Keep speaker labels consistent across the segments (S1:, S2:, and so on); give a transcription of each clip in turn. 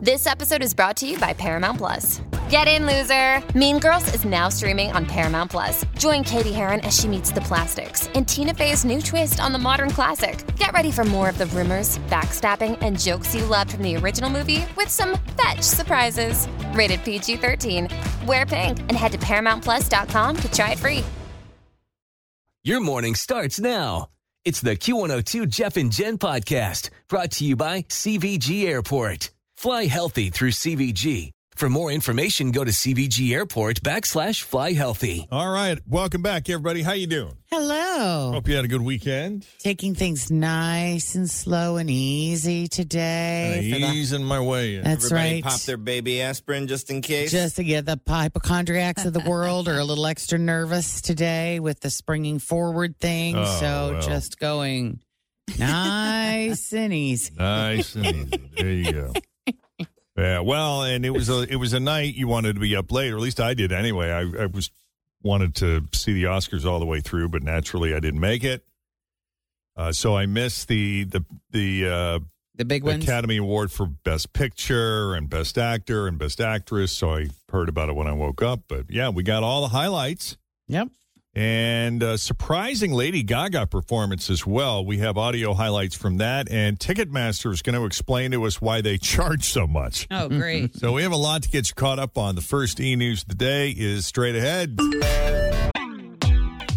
S1: This episode is brought to you by Paramount Plus. Get in, loser! Mean Girls is now streaming on Paramount Plus. Join Katie Heron as she meets the plastics and Tina Fey's new twist on the modern classic. Get ready for more of the rumors, backstabbing, and jokes you loved from the original movie with some fetch surprises. Rated PG 13. Wear pink and head to ParamountPlus.com to try it free.
S2: Your morning starts now. It's the Q102 Jeff and Jen podcast brought to you by CVG Airport. Fly healthy through CVG. For more information, go to CVG Airport backslash fly healthy.
S3: All right, welcome back, everybody. How you doing?
S4: Hello.
S3: Hope you had a good weekend.
S4: Taking things nice and slow and easy today. for the-
S3: Easing my way in.
S4: that's
S5: Everybody
S4: right.
S5: pop their baby aspirin just in case.
S4: Just to get the hypochondriacs of the world are a little extra nervous today with the springing forward thing.
S3: Oh,
S4: so
S3: well.
S4: just going nice and easy.
S3: Nice and easy. There you go. Yeah, well, and it was a it was a night you wanted to be up late, or at least I did anyway. I, I was wanted to see the Oscars all the way through, but naturally I didn't make it. Uh, so I missed the the the uh,
S4: The big
S3: the
S4: ones.
S3: Academy Award for Best Picture and Best Actor and Best Actress. So I heard about it when I woke up. But yeah, we got all the highlights
S4: yep.
S3: and a surprising Lady Gaga performance as well. We have audio highlights from that, and Ticketmaster is going to explain to us why they charge so much.
S4: Oh, great.
S3: So we have a lot to get you caught up on. The first e news of the day is straight ahead.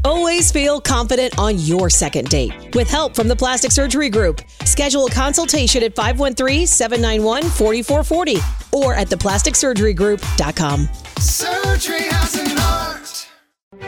S6: Always feel confident on your second date with help from the Plastic Surgery Group. Schedule a consultation at 513 791 4440 or at theplasticsurgerygroup.com.
S7: Surgery has an art.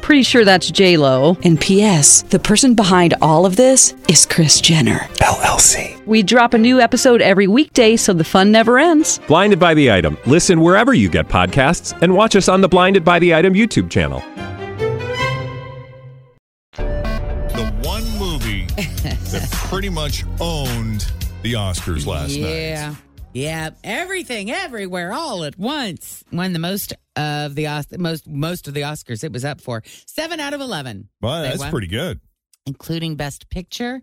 S8: Pretty sure that's J Lo.
S6: And P.S. The person behind all of this is Chris Jenner.
S9: LLC.
S8: We drop a new episode every weekday, so the fun never ends.
S9: Blinded by the item. Listen wherever you get podcasts, and watch us on the Blinded by the Item YouTube channel.
S3: The one movie that pretty much owned the Oscars last night.
S4: yeah. Yeah. Everything, everywhere, all at once. Won the most of the Os- most most of the Oscars. It was up for seven out of eleven.
S3: Well,
S4: They
S3: that's
S4: won.
S3: pretty good.
S4: including Best Picture.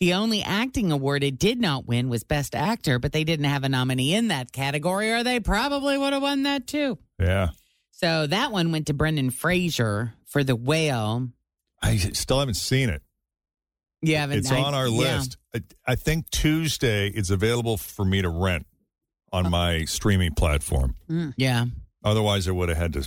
S4: The only acting award it did not win was Best Actor, but they didn't have a nominee in that category, or they probably would have won that too.
S3: Yeah.
S4: So that one went to Brendan Fraser for The Whale.
S3: I still haven't seen it.
S4: You haven't-
S3: it's
S4: I-
S3: on our
S4: yeah.
S3: list. I, I think Tuesday it's available for me to rent
S4: Oh.
S3: on my streaming platform.
S4: Yeah.
S3: Otherwise, I would have had to,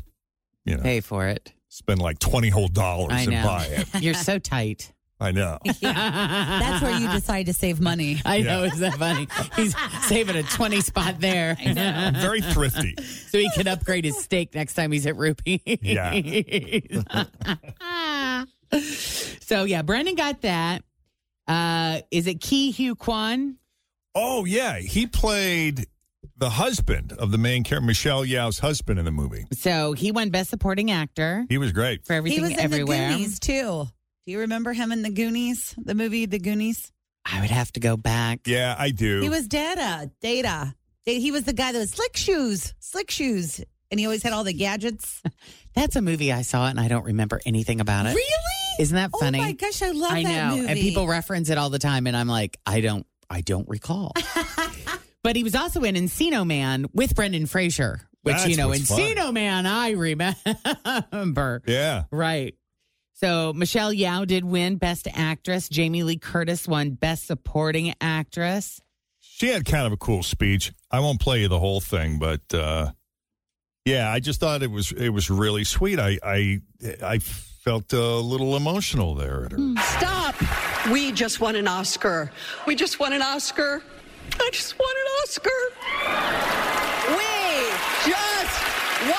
S3: you know,
S4: Mm. pay for it.
S3: spend like twenty whole dollars
S4: I
S3: and
S4: know.
S3: buy it.
S4: You're so tight.
S3: I know.
S4: That's where you decide to save money. I know, is that funny? He's saving a 20 spot there.
S3: I'm very thrifty.
S4: so he can upgrade his steak next time he's at Ruby. Yeah. so yeah, Brendan got that. Uh, is it Ki Hugh Kwan?
S3: Oh yeah, he played the husband of the main character, Michelle Yao's husband in the movie.
S4: So he won Best Supporting Actor
S3: He was great.
S4: for everything
S10: he was in
S4: everywhere.
S10: the Goonies too. Do you remember him in the Goonies? The movie The Goonies.
S4: I would have to go back.
S3: Yeah, I do.
S10: He was Data. Data. Da- He was the guy that was slick shoes, slick shoes, and he always had all the gadgets.
S4: That's a movie I saw and I don't remember anything about it.
S10: Really?
S4: Isn't that funny?
S10: Oh my gosh, I love
S4: I
S10: that
S4: know,
S10: movie.
S4: and people reference it all the time, and I'm like, I don't, I don't recall. but he was also in Encino Man with Brendan Fraser, which
S3: That's
S4: you know,
S3: what's fun.
S4: Encino Man, I remember.
S3: yeah.
S4: Right. So Michelle Yao did win Best Actress. Jamie Lee Curtis won Best Supporting Actress.
S3: She had kind of a cool speech. I won't play you the whole thing, but uh, yeah, I just thought it was it was really sweet. I I I felt a little emotional there at her.
S8: Stop. We just won an Oscar. We just won an Oscar. I just won an
S11: Oscar? We just won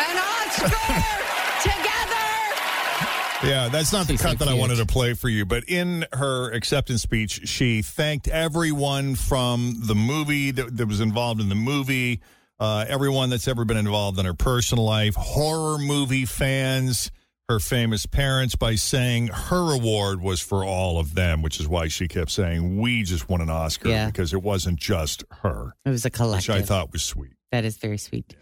S11: an Oscar together.
S3: Yeah, that's not the
S12: She's so
S3: cut that I
S12: cute.
S3: wanted to play for you, but in her acceptance speech, she thanked everyone from the movie that, that was involved in the movie, uh, everyone that's ever been involved in her personal life, horror movie fans, her famous parents, by saying her award was for all of them, which is why she kept saying, We just won an Oscar
S4: Yeah.
S3: because it wasn't just her.
S4: It was a collective.
S3: Which I thought was sweet.
S4: That is very sweet.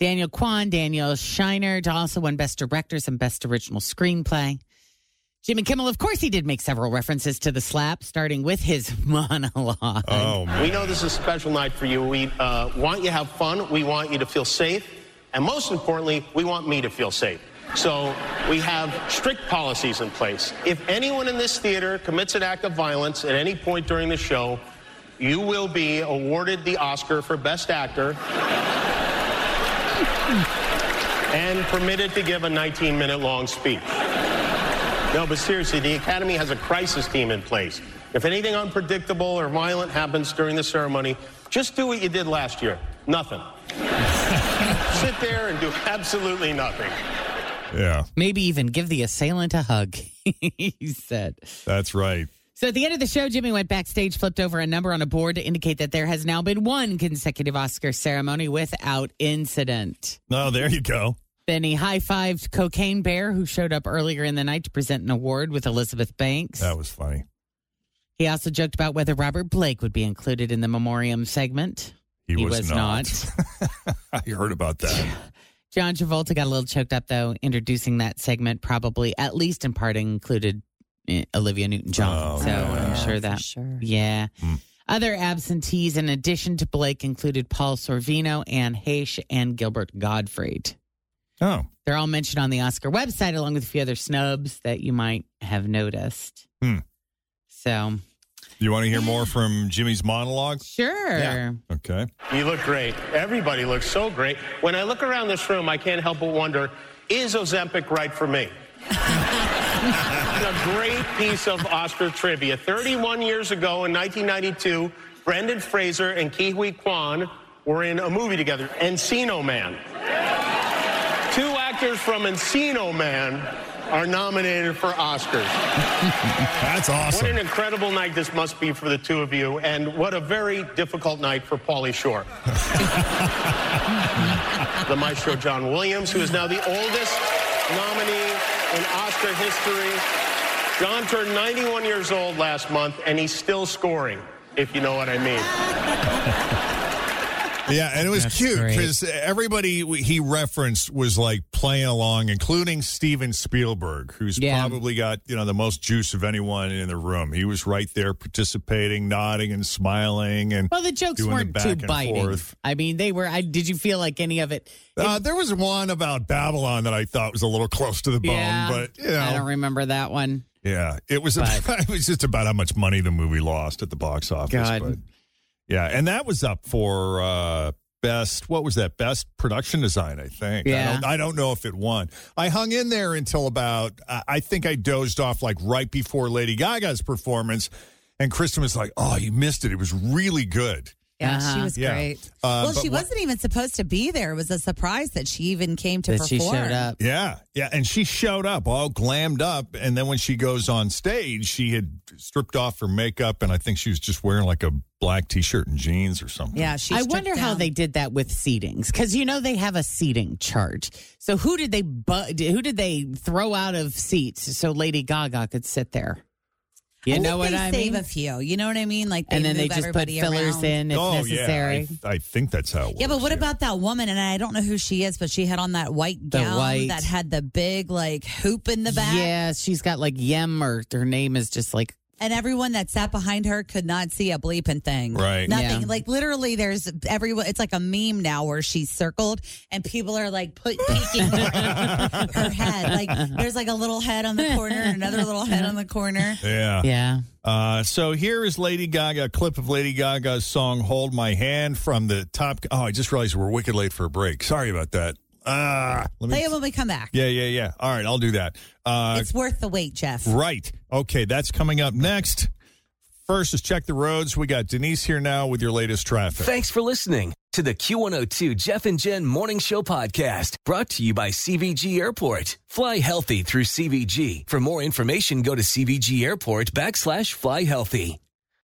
S4: Daniel Kwan, Daniel Scheinert also won Best Directors and Best Original Screenplay. Jimmy Kimmel, of course, he did make several references to the slap, starting with his monologue.
S3: Oh,
S13: We know this is a special night for you. We uh, want you to have fun. We want you to feel safe. And most importantly, we want me to feel safe. So we have strict policies in place. If anyone in this theater commits an act of violence at any point during the show, you will be awarded the Oscar for Best Actor and permitted to give a 19 minute long speech. No, but seriously, the Academy has a crisis team in place. If anything unpredictable or violent happens during the ceremony, just do what you did last year nothing. Sit there and do absolutely nothing.
S3: Yeah,
S4: Maybe even give the assailant a hug, he said.
S3: That's right.
S4: So at the end of the show, Jimmy went backstage, flipped over a number on a board to indicate that there has now been one consecutive Oscar ceremony without incident.
S3: Oh, there you go.
S4: Then he high fived Cocaine Bear, who showed up earlier in the night to present an award with Elizabeth Banks.
S3: That was funny.
S4: He also joked about whether Robert Blake would be included in the memoriam segment.
S3: He was I heard about that.
S4: John Travolta got a little choked up, though, introducing that segment, probably at least in part included eh, Olivia Newton John.
S3: Oh,
S4: so I'm sure that. Yeah.
S3: Hmm.
S4: Other absentees, in addition to Blake, included Paul Sorvino, Anne Heche, and Gilbert Gottfried.
S3: Oh.
S4: They're all mentioned on the Oscar website, along with a few other snubs that you might have noticed.
S3: Hmm.
S4: So,
S3: You want to hear more from Jimmy's monologue?
S4: sure.
S3: Okay.
S13: You look great. Everybody looks so great. When I look around this room, I can't help but wonder is Ozempic right for me? a great piece of Oscar trivia. 31 years ago in 1992, Brendan Fraser and Kiwi Kwan were in a movie together, Encino Man. Two actors from Encino Man are nominated for Oscars.
S3: That's awesome.
S13: What an incredible night this must be for the two of you, and what a very difficult night for Paulie Shore. the maestro John Williams, who is now the oldest nominee in Oscar history. John turned 91 years old last month, and he's still scoring, if you know what I mean.
S3: Yeah, and it was cute because everybody w- he referenced was like playing along, including Steven Spielberg, who's probably got you know the most juice of anyone in the room. He was right there participating, nodding and smiling, and
S4: Well, the jokes
S3: doing
S4: weren't
S3: back
S4: too
S3: and
S4: biting.
S3: forth.
S4: I mean, they were. I did you feel like any of it?
S3: Uh, there was one about Babylon that I thought was a little close to the bone,
S4: Yeah,
S3: but you know,
S4: I don't remember that one.
S3: yeah, it was.
S4: But-
S3: it was just about how much money the movie lost at the box office.
S4: God.
S3: But, yeah, and that was up for uh, best. What was that? Best production design, I think. I
S4: Yeah.
S3: don't, I don't know if it won. I hung in there until about. I I think I dozed off like right before Lady Gaga's performance, and Kristen was like, "Oh, you missed it. It was really good."
S10: Yeah, she
S3: Uh-huh.
S10: was
S3: Yeah.
S10: great.
S3: Uh,
S10: well,
S3: but
S10: she
S3: what-
S10: wasn't even supposed to be there. It was a surprise that she even came to
S3: That
S10: perform.
S3: Yeah, yeah, and she showed up all glammed up, and then when she goes on stage, she had stripped off her makeup, and I think she was just wearing like a black t-shirt and jeans or something.
S10: Yeah,
S4: I wonder how they did that with seatings because you know they have a seating chart. So who did they bu- who did they throw out of seats so Lady Gaga could sit there? You
S10: I
S4: know
S10: think
S4: what
S10: they
S4: I
S10: save
S4: mean?
S10: a few. You know what I mean? Like,
S4: And then they
S10: move
S4: just put
S10: everybody
S4: fillers
S10: around.
S4: in if necessary.
S3: Oh, Yeah, I, I think that's how. It
S10: Yeah, but what about that woman? And I don't know who she is, but she had on that white
S4: The
S10: gown
S4: white-
S10: that had the big like hoop in the back.
S4: Yeah, she's got like Yem or her name is just like
S10: And everyone that sat behind her could not see a bleeping thing.
S4: Right.
S10: Nothing.
S4: Yeah.
S10: Like literally there's everyone it's like a meme now where she's circled and people are like put peeking her head. Like there's like a little head on the corner and another little head on the corner.
S3: Yeah.
S4: Yeah.
S3: Uh, so here is Lady Gaga, a clip of Lady Gaga's song Hold My Hand from the top. Oh, I just realized we're wicked late for a break. Sorry about that. Ah, let
S10: Play
S3: me.
S10: it when we come back.
S3: Yeah, yeah, yeah. All right, I'll do that. Uh,
S10: It's worth the wait, Jeff.
S3: Right. Okay, that's coming up next. First is check the roads. We got Denise here now with your latest traffic.
S2: Thanks for listening to the Q102 Jeff and Jen Morning Show podcast brought to you by CVG Airport. Fly healthy through CVG. For more information, go to CVG Airport backslash fly healthy.